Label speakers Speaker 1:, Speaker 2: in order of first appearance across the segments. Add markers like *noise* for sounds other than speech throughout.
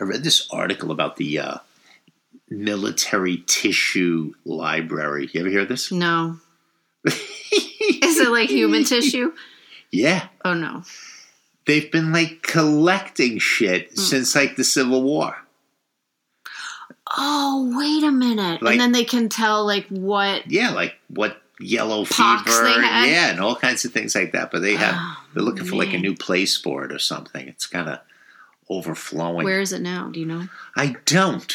Speaker 1: I read this article about the uh, military tissue library. You ever hear this?
Speaker 2: No. *laughs* Is it like *laughs* human tissue?
Speaker 1: Yeah.
Speaker 2: Oh no.
Speaker 1: They've been like collecting shit
Speaker 2: Hmm.
Speaker 1: since like the Civil War.
Speaker 2: Oh, wait a minute.
Speaker 1: Like-
Speaker 2: and then they can tell like what
Speaker 1: Yeah, like what yellow
Speaker 2: Pox
Speaker 1: fever.
Speaker 2: they had?
Speaker 1: Yeah, and all kinds of things like that. But they have
Speaker 2: Oh,
Speaker 1: they're looking for like a
Speaker 2: man.
Speaker 1: new place for it or something. It's kind of overflowing.
Speaker 2: Where is it now? Do you know?
Speaker 1: I don't.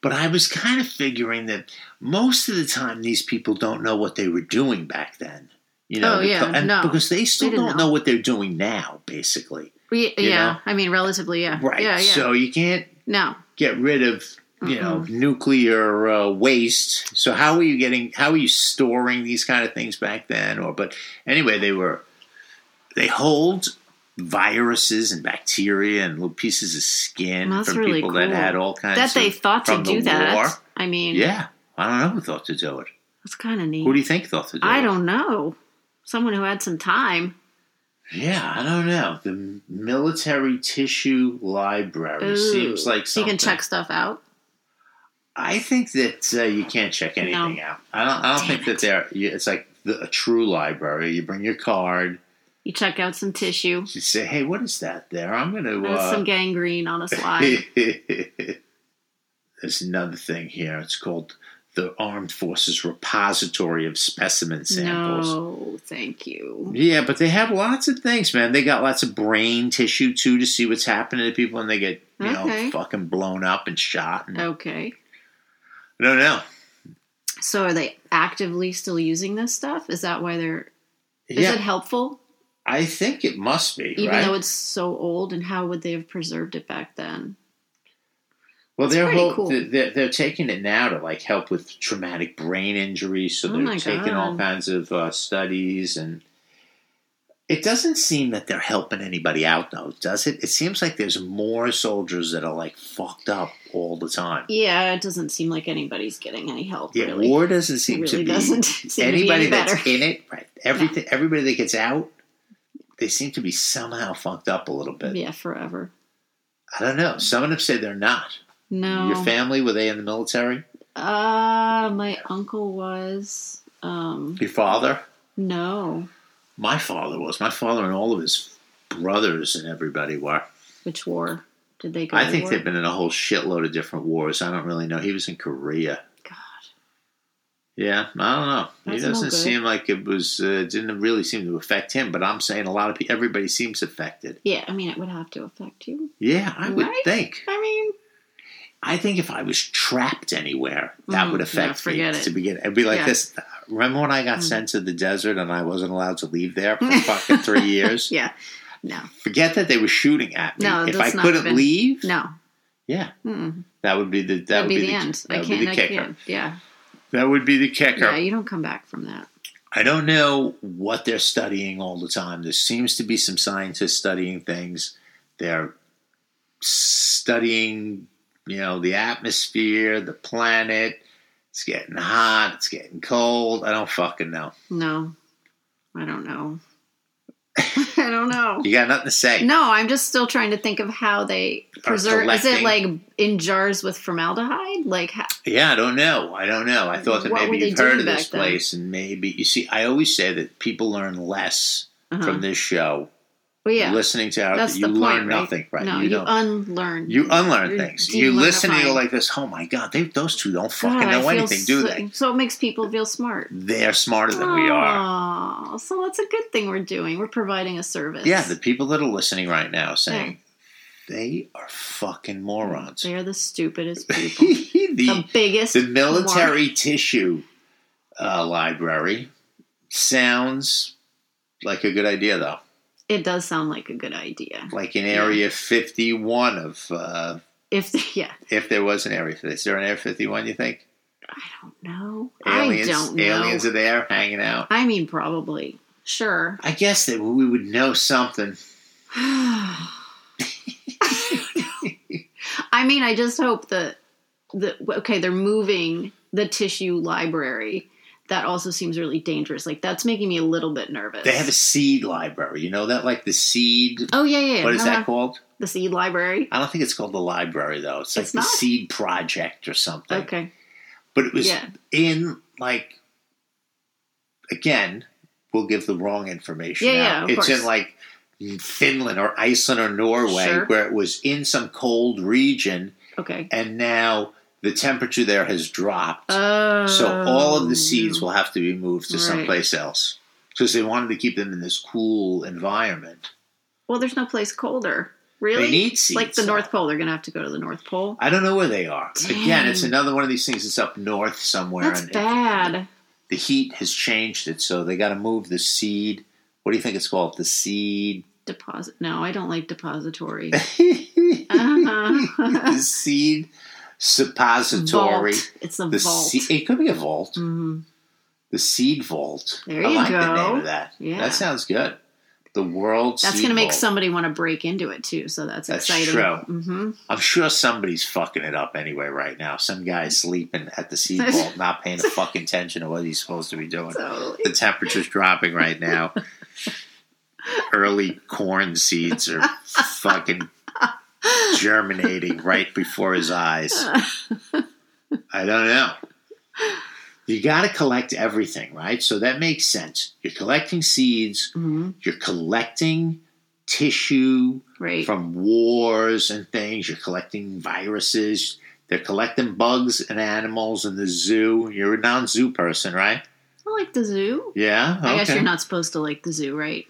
Speaker 1: But I was kind of figuring that most of the time these people don't know what they were doing back then. You know,
Speaker 2: Oh, yeah,
Speaker 1: because, and
Speaker 2: no.
Speaker 1: because they still
Speaker 2: didn't
Speaker 1: don't know.
Speaker 2: know.
Speaker 1: what they're doing now, basically.
Speaker 2: We,
Speaker 1: You
Speaker 2: yeah.
Speaker 1: know?
Speaker 2: I mean, relatively, yeah.
Speaker 1: Right.
Speaker 2: Yeah, yeah.
Speaker 1: So you can't
Speaker 2: no.
Speaker 1: get rid of you know nuclear uh, waste. So how are you getting? How are you storing these kind of things back then? Or but anyway, they were they hold viruses and bacteria and little pieces of skin
Speaker 2: Well, that's
Speaker 1: from
Speaker 2: really
Speaker 1: people that
Speaker 2: cool.
Speaker 1: had all kinds
Speaker 2: That
Speaker 1: of
Speaker 2: they thought to
Speaker 1: from the
Speaker 2: do that.
Speaker 1: war.
Speaker 2: I mean,
Speaker 1: Yeah, I don't know who thought to do it.
Speaker 2: that's kind of neat.
Speaker 1: Who do you think thought to do it?
Speaker 2: I don't know. Someone who had some time.
Speaker 1: Yeah, I don't know. The military tissue library
Speaker 2: Ooh.
Speaker 1: seems like
Speaker 2: so you
Speaker 1: something.
Speaker 2: can check stuff out.
Speaker 1: I think that uh, you can't check anything
Speaker 2: No.
Speaker 1: out. I don't. I don't
Speaker 2: Damn
Speaker 1: think that there. you- It's like the, a true library. You bring your card.
Speaker 2: You check out some tissue.
Speaker 1: You say, "Hey, what is that there?" I'm going to.
Speaker 2: There's
Speaker 1: Uh,
Speaker 2: some
Speaker 1: *laughs*
Speaker 2: gangrene on a slide.
Speaker 1: There's another thing here. It's called the Armed Forces Repository of Specimen Samples.
Speaker 2: no, thank you.
Speaker 1: Yeah, but they have lots of things, man. They got lots of brain tissue too to see what's happening to people when they get you know
Speaker 2: Okay. Oh.
Speaker 1: fucking blown up and shot. And,
Speaker 2: Okay.
Speaker 1: I don't know.
Speaker 2: So are they actively still using this stuff? Is that why they're? Is
Speaker 1: yeah,
Speaker 2: it helpful?
Speaker 1: I think it must be.
Speaker 2: Even
Speaker 1: right?
Speaker 2: though it's so old, and how would they have preserved it back then?
Speaker 1: Well,
Speaker 2: It's
Speaker 1: they're,
Speaker 2: pretty
Speaker 1: whole,
Speaker 2: cool.
Speaker 1: they're they're taking it now to like help with traumatic brain injury. So
Speaker 2: Oh
Speaker 1: they're
Speaker 2: my
Speaker 1: taking all
Speaker 2: God.
Speaker 1: kinds of uh, studies, and it doesn't seem that they're helping anybody out, though, does it? It seems like there's more soldiers that are like fucked up all the time.
Speaker 2: Yeah, it doesn't seem like anybody's getting any help.
Speaker 1: Yeah,
Speaker 2: really,
Speaker 1: war doesn't seem
Speaker 2: really
Speaker 1: to be
Speaker 2: doesn't *laughs* seem to be
Speaker 1: anybody
Speaker 2: any
Speaker 1: that's
Speaker 2: better.
Speaker 1: in it. Right, everything, everybody that gets out, they seem to be somehow fucked up a little bit.
Speaker 2: yeah, forever.
Speaker 1: I don't know. Some of them say they're not.
Speaker 2: No,
Speaker 1: Your family were they in the military?
Speaker 2: uh, my uncle was. Um,
Speaker 1: Your father?
Speaker 2: no,
Speaker 1: my father was. My father and all of his brothers and everybody were.
Speaker 2: which war did they go?
Speaker 1: I
Speaker 2: to
Speaker 1: think
Speaker 2: war?
Speaker 1: they've been in a whole shitload of different wars. I don't really know. He was in Korea.
Speaker 2: God.
Speaker 1: Yeah, I don't know.
Speaker 2: That's
Speaker 1: he
Speaker 2: no
Speaker 1: doesn't
Speaker 2: good.
Speaker 1: seem like it was. Uh, didn't really seem to affect him. But I'm saying a lot of people. Everybody seems affected.
Speaker 2: Yeah, I mean, it would have to affect you.
Speaker 1: Yeah, I would
Speaker 2: Right?
Speaker 1: think.
Speaker 2: I mean,
Speaker 1: I think if I was trapped anywhere, that
Speaker 2: Mm,
Speaker 1: would
Speaker 2: no,
Speaker 1: affect me
Speaker 2: forget it.
Speaker 1: to begin. It'd be like
Speaker 2: Yeah. Mm.
Speaker 1: this. Remember when I got sent to the desert and I wasn't allowed to leave there
Speaker 2: *laughs*
Speaker 1: for fucking three years?
Speaker 2: yeah, no,
Speaker 1: Forget that they were shooting at me.
Speaker 2: No,
Speaker 1: if I
Speaker 2: that's not
Speaker 1: couldn't
Speaker 2: even-
Speaker 1: leave,
Speaker 2: no,
Speaker 1: yeah,
Speaker 2: Mm-mm.
Speaker 1: That would be the that
Speaker 2: that'd
Speaker 1: would
Speaker 2: be,
Speaker 1: be,
Speaker 2: the end.
Speaker 1: That
Speaker 2: I
Speaker 1: would be
Speaker 2: can't.
Speaker 1: the
Speaker 2: I
Speaker 1: kicker.
Speaker 2: can't. Yeah,
Speaker 1: That would be the kicker.
Speaker 2: yeah, you don't come back from that.
Speaker 1: I don't know what they're studying all the time. There seems to be some scientists studying things. They're studying, you know, the atmosphere, the planet. It's getting hot. It's getting cold. I don't fucking know.
Speaker 2: No, I don't know. *laughs* I don't know.
Speaker 1: You got nothing to say.
Speaker 2: No, I'm just still trying to think of how they
Speaker 1: Are
Speaker 2: preserve. Is it
Speaker 1: Uh, collecting.
Speaker 2: like in jars with formaldehyde? Like, ha-
Speaker 1: Yeah, I don't know. I don't know. I thought that
Speaker 2: What were
Speaker 1: maybe
Speaker 2: they
Speaker 1: you've heard
Speaker 2: doing
Speaker 1: of this
Speaker 2: back then?
Speaker 1: place, and maybe you see. I always say that people learn less
Speaker 2: uh-huh.
Speaker 1: from this show
Speaker 2: well, yeah,
Speaker 1: listening to our
Speaker 2: that's
Speaker 1: you
Speaker 2: the
Speaker 1: learn
Speaker 2: point, right?
Speaker 1: nothing right
Speaker 2: No,
Speaker 1: you,
Speaker 2: you,
Speaker 1: don't
Speaker 2: unlearn.
Speaker 1: you unlearn
Speaker 2: You're
Speaker 1: things you listen and you're
Speaker 2: delearnifying.
Speaker 1: like this oh my god they, those two don't
Speaker 2: God,
Speaker 1: fucking
Speaker 2: I
Speaker 1: know
Speaker 2: feel
Speaker 1: anything do
Speaker 2: so,
Speaker 1: they
Speaker 2: So it makes people feel smart.
Speaker 1: they're smarter than we are
Speaker 2: Aw, So that's a good thing we're doing. We're providing a service.
Speaker 1: yeah the people that are listening right now saying they are fucking morons
Speaker 2: they're
Speaker 1: *laughs*
Speaker 2: the stupidest people. the
Speaker 1: the,
Speaker 2: biggest.
Speaker 1: the military tissue uh, library sounds like a good idea though
Speaker 2: It does sound like a good idea.
Speaker 1: like in area 51 of uh,
Speaker 2: If *laughs* yeah,
Speaker 1: if there was an area is there an area 51 you think
Speaker 2: I don't know.
Speaker 1: aliens,
Speaker 2: I don't know.
Speaker 1: aliens are there hanging out.
Speaker 2: I mean, probably. Sure.
Speaker 1: I guess that we would know something.
Speaker 2: *sighs* I mean, I just hope that the okay, they're moving the tissue library that also seems really dangerous. Like that's making me a little bit nervous.
Speaker 1: They have a seed library. You know that, like the seed.
Speaker 2: oh yeah yeah. yeah.
Speaker 1: What is
Speaker 2: Uh-huh.
Speaker 1: that called?
Speaker 2: The seed library.
Speaker 1: I don't think it's called the library though. It's like
Speaker 2: It's
Speaker 1: the
Speaker 2: not?
Speaker 1: seed project or something.
Speaker 2: Okay.
Speaker 1: But it was
Speaker 2: Yeah.
Speaker 1: in like again, we'll give the wrong information.
Speaker 2: Yeah,
Speaker 1: out.
Speaker 2: yeah, of
Speaker 1: it's
Speaker 2: course.
Speaker 1: in like Finland or Iceland or Norway,
Speaker 2: Sure.
Speaker 1: where it was in some cold region,
Speaker 2: Okay.
Speaker 1: and now the temperature there has dropped.
Speaker 2: Oh.
Speaker 1: so all of the seeds will have to be moved to
Speaker 2: Right.
Speaker 1: someplace else because they wanted to keep them in this cool environment.
Speaker 2: Well, there's no place colder. Really?
Speaker 1: They need seeds.
Speaker 2: like the North Pole. They're gonna have to go to the North Pole.
Speaker 1: I don't know where they are. Again,
Speaker 2: Dang.
Speaker 1: it's another one of these things that's up north somewhere.
Speaker 2: That's
Speaker 1: and it-
Speaker 2: bad.
Speaker 1: the heat has changed it, so they got to move the seed. What do you think it's called? The seed.
Speaker 2: Deposit. No, I don't
Speaker 1: *laughs*
Speaker 2: like depository. Uh-huh.
Speaker 1: the seed suppository.
Speaker 2: Vault. It's a
Speaker 1: The
Speaker 2: vault.
Speaker 1: se- it could be a vault.
Speaker 2: Mhm.
Speaker 1: The seed vault.
Speaker 2: There
Speaker 1: I
Speaker 2: you
Speaker 1: like the name
Speaker 2: go.
Speaker 1: of that.
Speaker 2: Yeah.
Speaker 1: That sounds good. The world.
Speaker 2: That's
Speaker 1: seed
Speaker 2: going to make
Speaker 1: vault.
Speaker 2: somebody want to break into it too. So that's,
Speaker 1: That's
Speaker 2: exciting.
Speaker 1: true.
Speaker 2: hmm
Speaker 1: I'm sure somebody's fucking it up anyway right now. Some guy's sleeping at the seed
Speaker 2: *laughs*
Speaker 1: vault, not paying a fucking attention to what he's supposed to be doing.
Speaker 2: Totally.
Speaker 1: the temperature's dropping right now. Early corn seeds are fucking germinating right before his eyes. I don't know. You got to collect everything, right? So that makes sense. You're collecting seeds,
Speaker 2: hmm
Speaker 1: you're collecting tissue
Speaker 2: Right.
Speaker 1: from wars and things, you're collecting viruses, they're collecting bugs and animals in the zoo. You're a non zoo person, right?
Speaker 2: I like the zoo.
Speaker 1: Yeah.
Speaker 2: I guess
Speaker 1: okay.
Speaker 2: you're not supposed to like the zoo, right?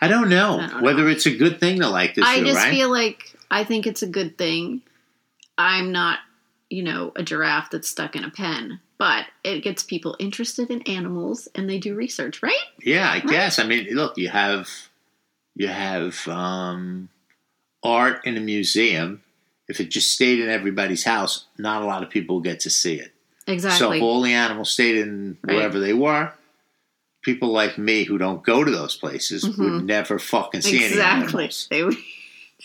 Speaker 1: I don't know
Speaker 2: I don't
Speaker 1: whether it's a good thing to like this
Speaker 2: I
Speaker 1: zoo,
Speaker 2: just
Speaker 1: right?
Speaker 2: feel like I think it's a good thing. I'm not, you know, a giraffe that's stuck in a pen, but it gets people interested in animals and they do research, right?
Speaker 1: yeah, I guess. I mean, look, you have you have um, art in a museum. If it just stayed in everybody's house, not a lot of people get to see it. So
Speaker 2: Exactly.
Speaker 1: if all the animals stayed in
Speaker 2: Right.
Speaker 1: wherever they were, people like me who don't go to those places would
Speaker 2: Mhm.
Speaker 1: never fucking see any
Speaker 2: exactly.
Speaker 1: animals.
Speaker 2: They would.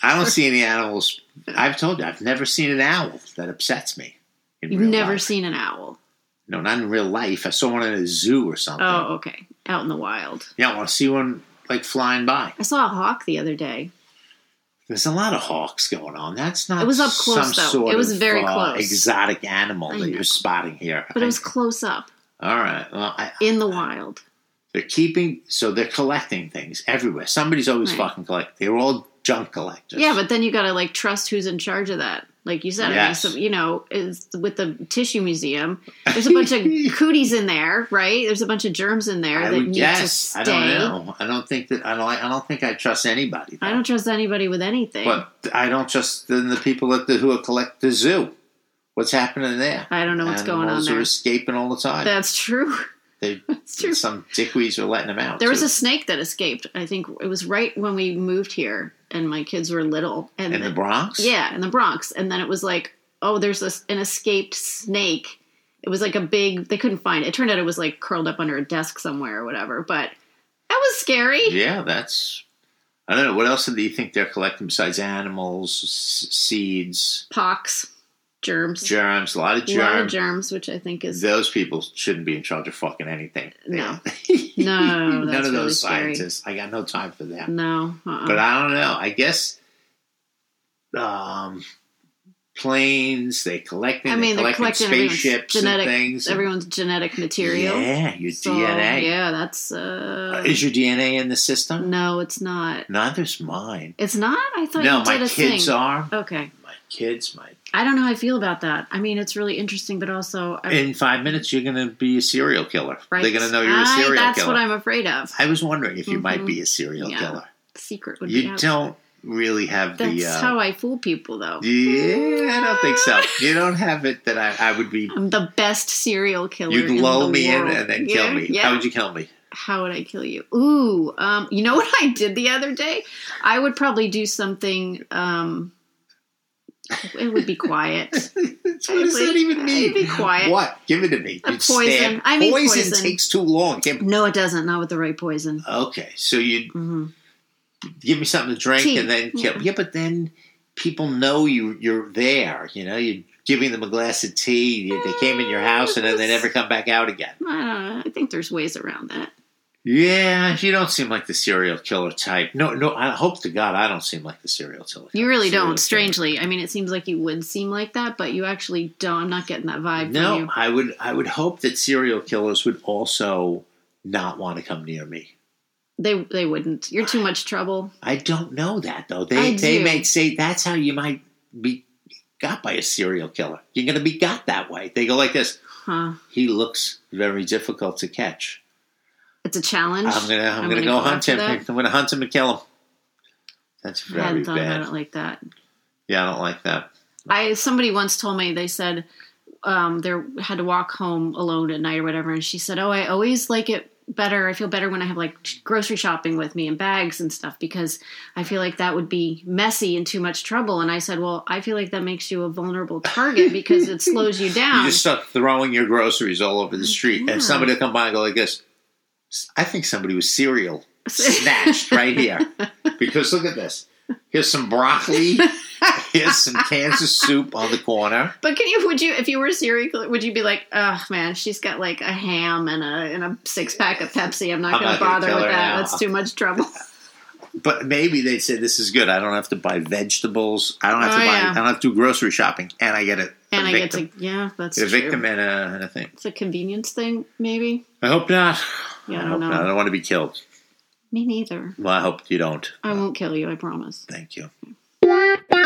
Speaker 1: I don't see any animals. I've told you, I've never seen an owl. That upsets me. in
Speaker 2: You've
Speaker 1: real
Speaker 2: never
Speaker 1: life.
Speaker 2: seen an owl.
Speaker 1: No, not in real life. I saw one in a zoo or something.
Speaker 2: Oh, okay. Out in the wild.
Speaker 1: Yeah, I want to see one like flying by.
Speaker 2: I saw a hawk the other day.
Speaker 1: There's a lot of hawks going on. That's not.
Speaker 2: It was up close,
Speaker 1: some
Speaker 2: though.
Speaker 1: Sort
Speaker 2: It was
Speaker 1: of,
Speaker 2: very
Speaker 1: uh,
Speaker 2: close.
Speaker 1: Exotic animal that
Speaker 2: I know.
Speaker 1: you're spotting here.
Speaker 2: But it was
Speaker 1: I-
Speaker 2: close up
Speaker 1: all right. Well, I,
Speaker 2: in the wild.
Speaker 1: they're keeping. So they're collecting things everywhere. Somebody's always
Speaker 2: Right.
Speaker 1: fucking collecting. They're all junk collectors.
Speaker 2: Yeah, but then you got to like trust who's in charge of that. Like you said, I mean,
Speaker 1: Yes.
Speaker 2: so, you know, is with the tissue museum, there's a
Speaker 1: *laughs*
Speaker 2: bunch of cooties in there, right? There's a bunch of germs in there
Speaker 1: I
Speaker 2: that
Speaker 1: would
Speaker 2: need to
Speaker 1: guess.
Speaker 2: stay.
Speaker 1: I don't know. I don't think that. I don't. I don't think I trust anybody.
Speaker 2: I
Speaker 1: though.
Speaker 2: don't trust anybody with anything.
Speaker 1: But I don't trust the, the people at the who collect the zoo. What's happening there?
Speaker 2: I don't know what's going on
Speaker 1: Animals
Speaker 2: there.
Speaker 1: Are escaping all the time.
Speaker 2: That's true. *laughs*
Speaker 1: they
Speaker 2: That's true.
Speaker 1: Some dickweeds are letting them out.
Speaker 2: There was
Speaker 1: too.
Speaker 2: a snake that escaped. I think it was right when we moved here and my kids were little. And
Speaker 1: in the Bronx.
Speaker 2: Yeah, in the Bronx. And then it was like, oh, there's this, an escaped snake. It was like a big, they couldn't find it. It turned out it was like curled up under a desk somewhere or whatever. But that was scary.
Speaker 1: yeah, that's. I don't know what else do you think they're collecting besides animals, s- seeds,
Speaker 2: Pox, germs,
Speaker 1: germs, a lot of
Speaker 2: a lot of
Speaker 1: germs.
Speaker 2: germs, which I think is
Speaker 1: Those people shouldn't be in charge of fucking anything.
Speaker 2: No.
Speaker 1: They- *laughs*
Speaker 2: No,
Speaker 1: none
Speaker 2: that's
Speaker 1: of
Speaker 2: really
Speaker 1: those
Speaker 2: scary.
Speaker 1: scientists. I got no time for them.
Speaker 2: no. Uh-uh.
Speaker 1: But I don't know. I guess um, planes. They collecting.
Speaker 2: I mean,
Speaker 1: they
Speaker 2: they're
Speaker 1: collecting,
Speaker 2: collecting everyone's
Speaker 1: spaceships
Speaker 2: genetic-
Speaker 1: and things. and-
Speaker 2: Everyone's genetic material.
Speaker 1: Yeah, your
Speaker 2: So,
Speaker 1: DNA.
Speaker 2: Yeah, that's. Uh,
Speaker 1: Is your DNA in the system?
Speaker 2: no, it's not.
Speaker 1: Neither's mine.
Speaker 2: It's not? I thought
Speaker 1: No,
Speaker 2: you
Speaker 1: my
Speaker 2: did a
Speaker 1: kids
Speaker 2: thing.
Speaker 1: are.
Speaker 2: Okay.
Speaker 1: My kids, my.
Speaker 2: I don't know how I feel about that. I mean, it's really interesting, but also. I,
Speaker 1: In five minutes, you're going to be a serial killer.
Speaker 2: right.
Speaker 1: They're going to know you're a
Speaker 2: I-
Speaker 1: serial
Speaker 2: That's
Speaker 1: killer.
Speaker 2: what I'm afraid of.
Speaker 1: I was wondering if you might
Speaker 2: Mhm.
Speaker 1: be a serial
Speaker 2: Yeah,
Speaker 1: killer.
Speaker 2: secret would be
Speaker 1: You
Speaker 2: out.
Speaker 1: don't really have
Speaker 2: That's
Speaker 1: the. Uh,
Speaker 2: how I fool people, though.
Speaker 1: yeah, I don't think
Speaker 2: *laughs*
Speaker 1: so. You don't have it that I, I would be.
Speaker 2: I'm the best serial killer.
Speaker 1: You'd
Speaker 2: in
Speaker 1: lull
Speaker 2: the
Speaker 1: me
Speaker 2: world.
Speaker 1: in and then
Speaker 2: yeah,
Speaker 1: kill me.
Speaker 2: Yeah.
Speaker 1: How would you kill me? *laughs*
Speaker 2: How would I kill you? Ooh, um, you know *laughs* what I did the other day? I would probably do something. Um, it would be
Speaker 1: *laughs*
Speaker 2: quiet.
Speaker 1: what does
Speaker 2: I'd
Speaker 1: that
Speaker 2: be-
Speaker 1: even
Speaker 2: I'd
Speaker 1: mean?
Speaker 2: be quiet.
Speaker 1: What? Give it to me.
Speaker 2: A
Speaker 1: You'd
Speaker 2: poison.
Speaker 1: Stab.
Speaker 2: I mean
Speaker 1: poison,
Speaker 2: poison.
Speaker 1: takes too long. Give-
Speaker 2: no, it doesn't. Not with the right poison.
Speaker 1: Okay, so you
Speaker 2: Mhm.
Speaker 1: give me something to drink
Speaker 2: Tea.
Speaker 1: and then kill.
Speaker 2: Yeah.
Speaker 1: Yeah, but then people know you you're there. You know, you're giving them a glass of tea. They came in your house and then they never come back out again.
Speaker 2: Uh, I think there's ways around that.
Speaker 1: Yeah, you don't seem like the serial killer type. No, no. I hope to God I don't seem like the serial killer.
Speaker 2: You really
Speaker 1: serial
Speaker 2: don't,
Speaker 1: killer.
Speaker 2: strangely. I mean, it seems like you would seem like that, but you actually don't. I'm not getting that vibe from
Speaker 1: No,
Speaker 2: you.
Speaker 1: I would. I would hope that serial killers would also not want to come near me.
Speaker 2: They they wouldn't. You're too much trouble.
Speaker 1: I don't know that though. They
Speaker 2: I
Speaker 1: they
Speaker 2: do.
Speaker 1: may say that's how you might be got by a serial killer. You're going to be got that way. They go like this.
Speaker 2: Huh.
Speaker 1: He looks very difficult to catch.
Speaker 2: It's a challenge.
Speaker 1: I'm gonna I'm, gonna, go, hunt
Speaker 2: after
Speaker 1: him.
Speaker 2: that.
Speaker 1: I'm gonna hunt him and kill him. That's
Speaker 2: I
Speaker 1: very
Speaker 2: hadn't thought
Speaker 1: bad.
Speaker 2: about it like that.
Speaker 1: Yeah, I don't like that.
Speaker 2: I somebody once told me they said um, they had to walk home alone at night or whatever, and she said, "Oh, I always like it better. I feel better when I have like grocery shopping with me and bags and stuff because I feel like that would be messy and too much trouble." And I said, "Well, I feel like that makes you a vulnerable target because
Speaker 1: *laughs*
Speaker 2: it slows you down."
Speaker 1: You just start throwing your groceries all over the street,
Speaker 2: Mm, Yeah.
Speaker 1: and somebody will come by and go like this. I think somebody was cereal snatched right
Speaker 2: *laughs*
Speaker 1: here because look at this. Here's some broccoli. Here's some cans of soup on the corner.
Speaker 2: But can you? Would you, if you were a serial, killer, would you be like, "Oh man, she's got like a ham and a and a six pack of Pepsi. I'm not
Speaker 1: I'm
Speaker 2: going
Speaker 1: not
Speaker 2: to
Speaker 1: gonna
Speaker 2: bother
Speaker 1: kill
Speaker 2: with
Speaker 1: her
Speaker 2: that.
Speaker 1: now."
Speaker 2: That's too much
Speaker 1: *laughs*
Speaker 2: trouble."
Speaker 1: But maybe they say this is good. I don't have to buy vegetables. I don't have to
Speaker 2: Oh,
Speaker 1: buy.
Speaker 2: yeah.
Speaker 1: I don't have to do grocery shopping, and I get a,
Speaker 2: and
Speaker 1: a
Speaker 2: I get
Speaker 1: victim.
Speaker 2: to, yeah, that's
Speaker 1: a
Speaker 2: true.
Speaker 1: victim and a, and a thing.
Speaker 2: It's a convenience thing, maybe.
Speaker 1: I hope not.
Speaker 2: Yeah, I
Speaker 1: I
Speaker 2: don't
Speaker 1: hope
Speaker 2: know.
Speaker 1: not. I don't want to be killed.
Speaker 2: Me neither.
Speaker 1: Well, I hope you don't.
Speaker 2: I won't kill you, I promise.
Speaker 1: Thank you.
Speaker 3: Bye.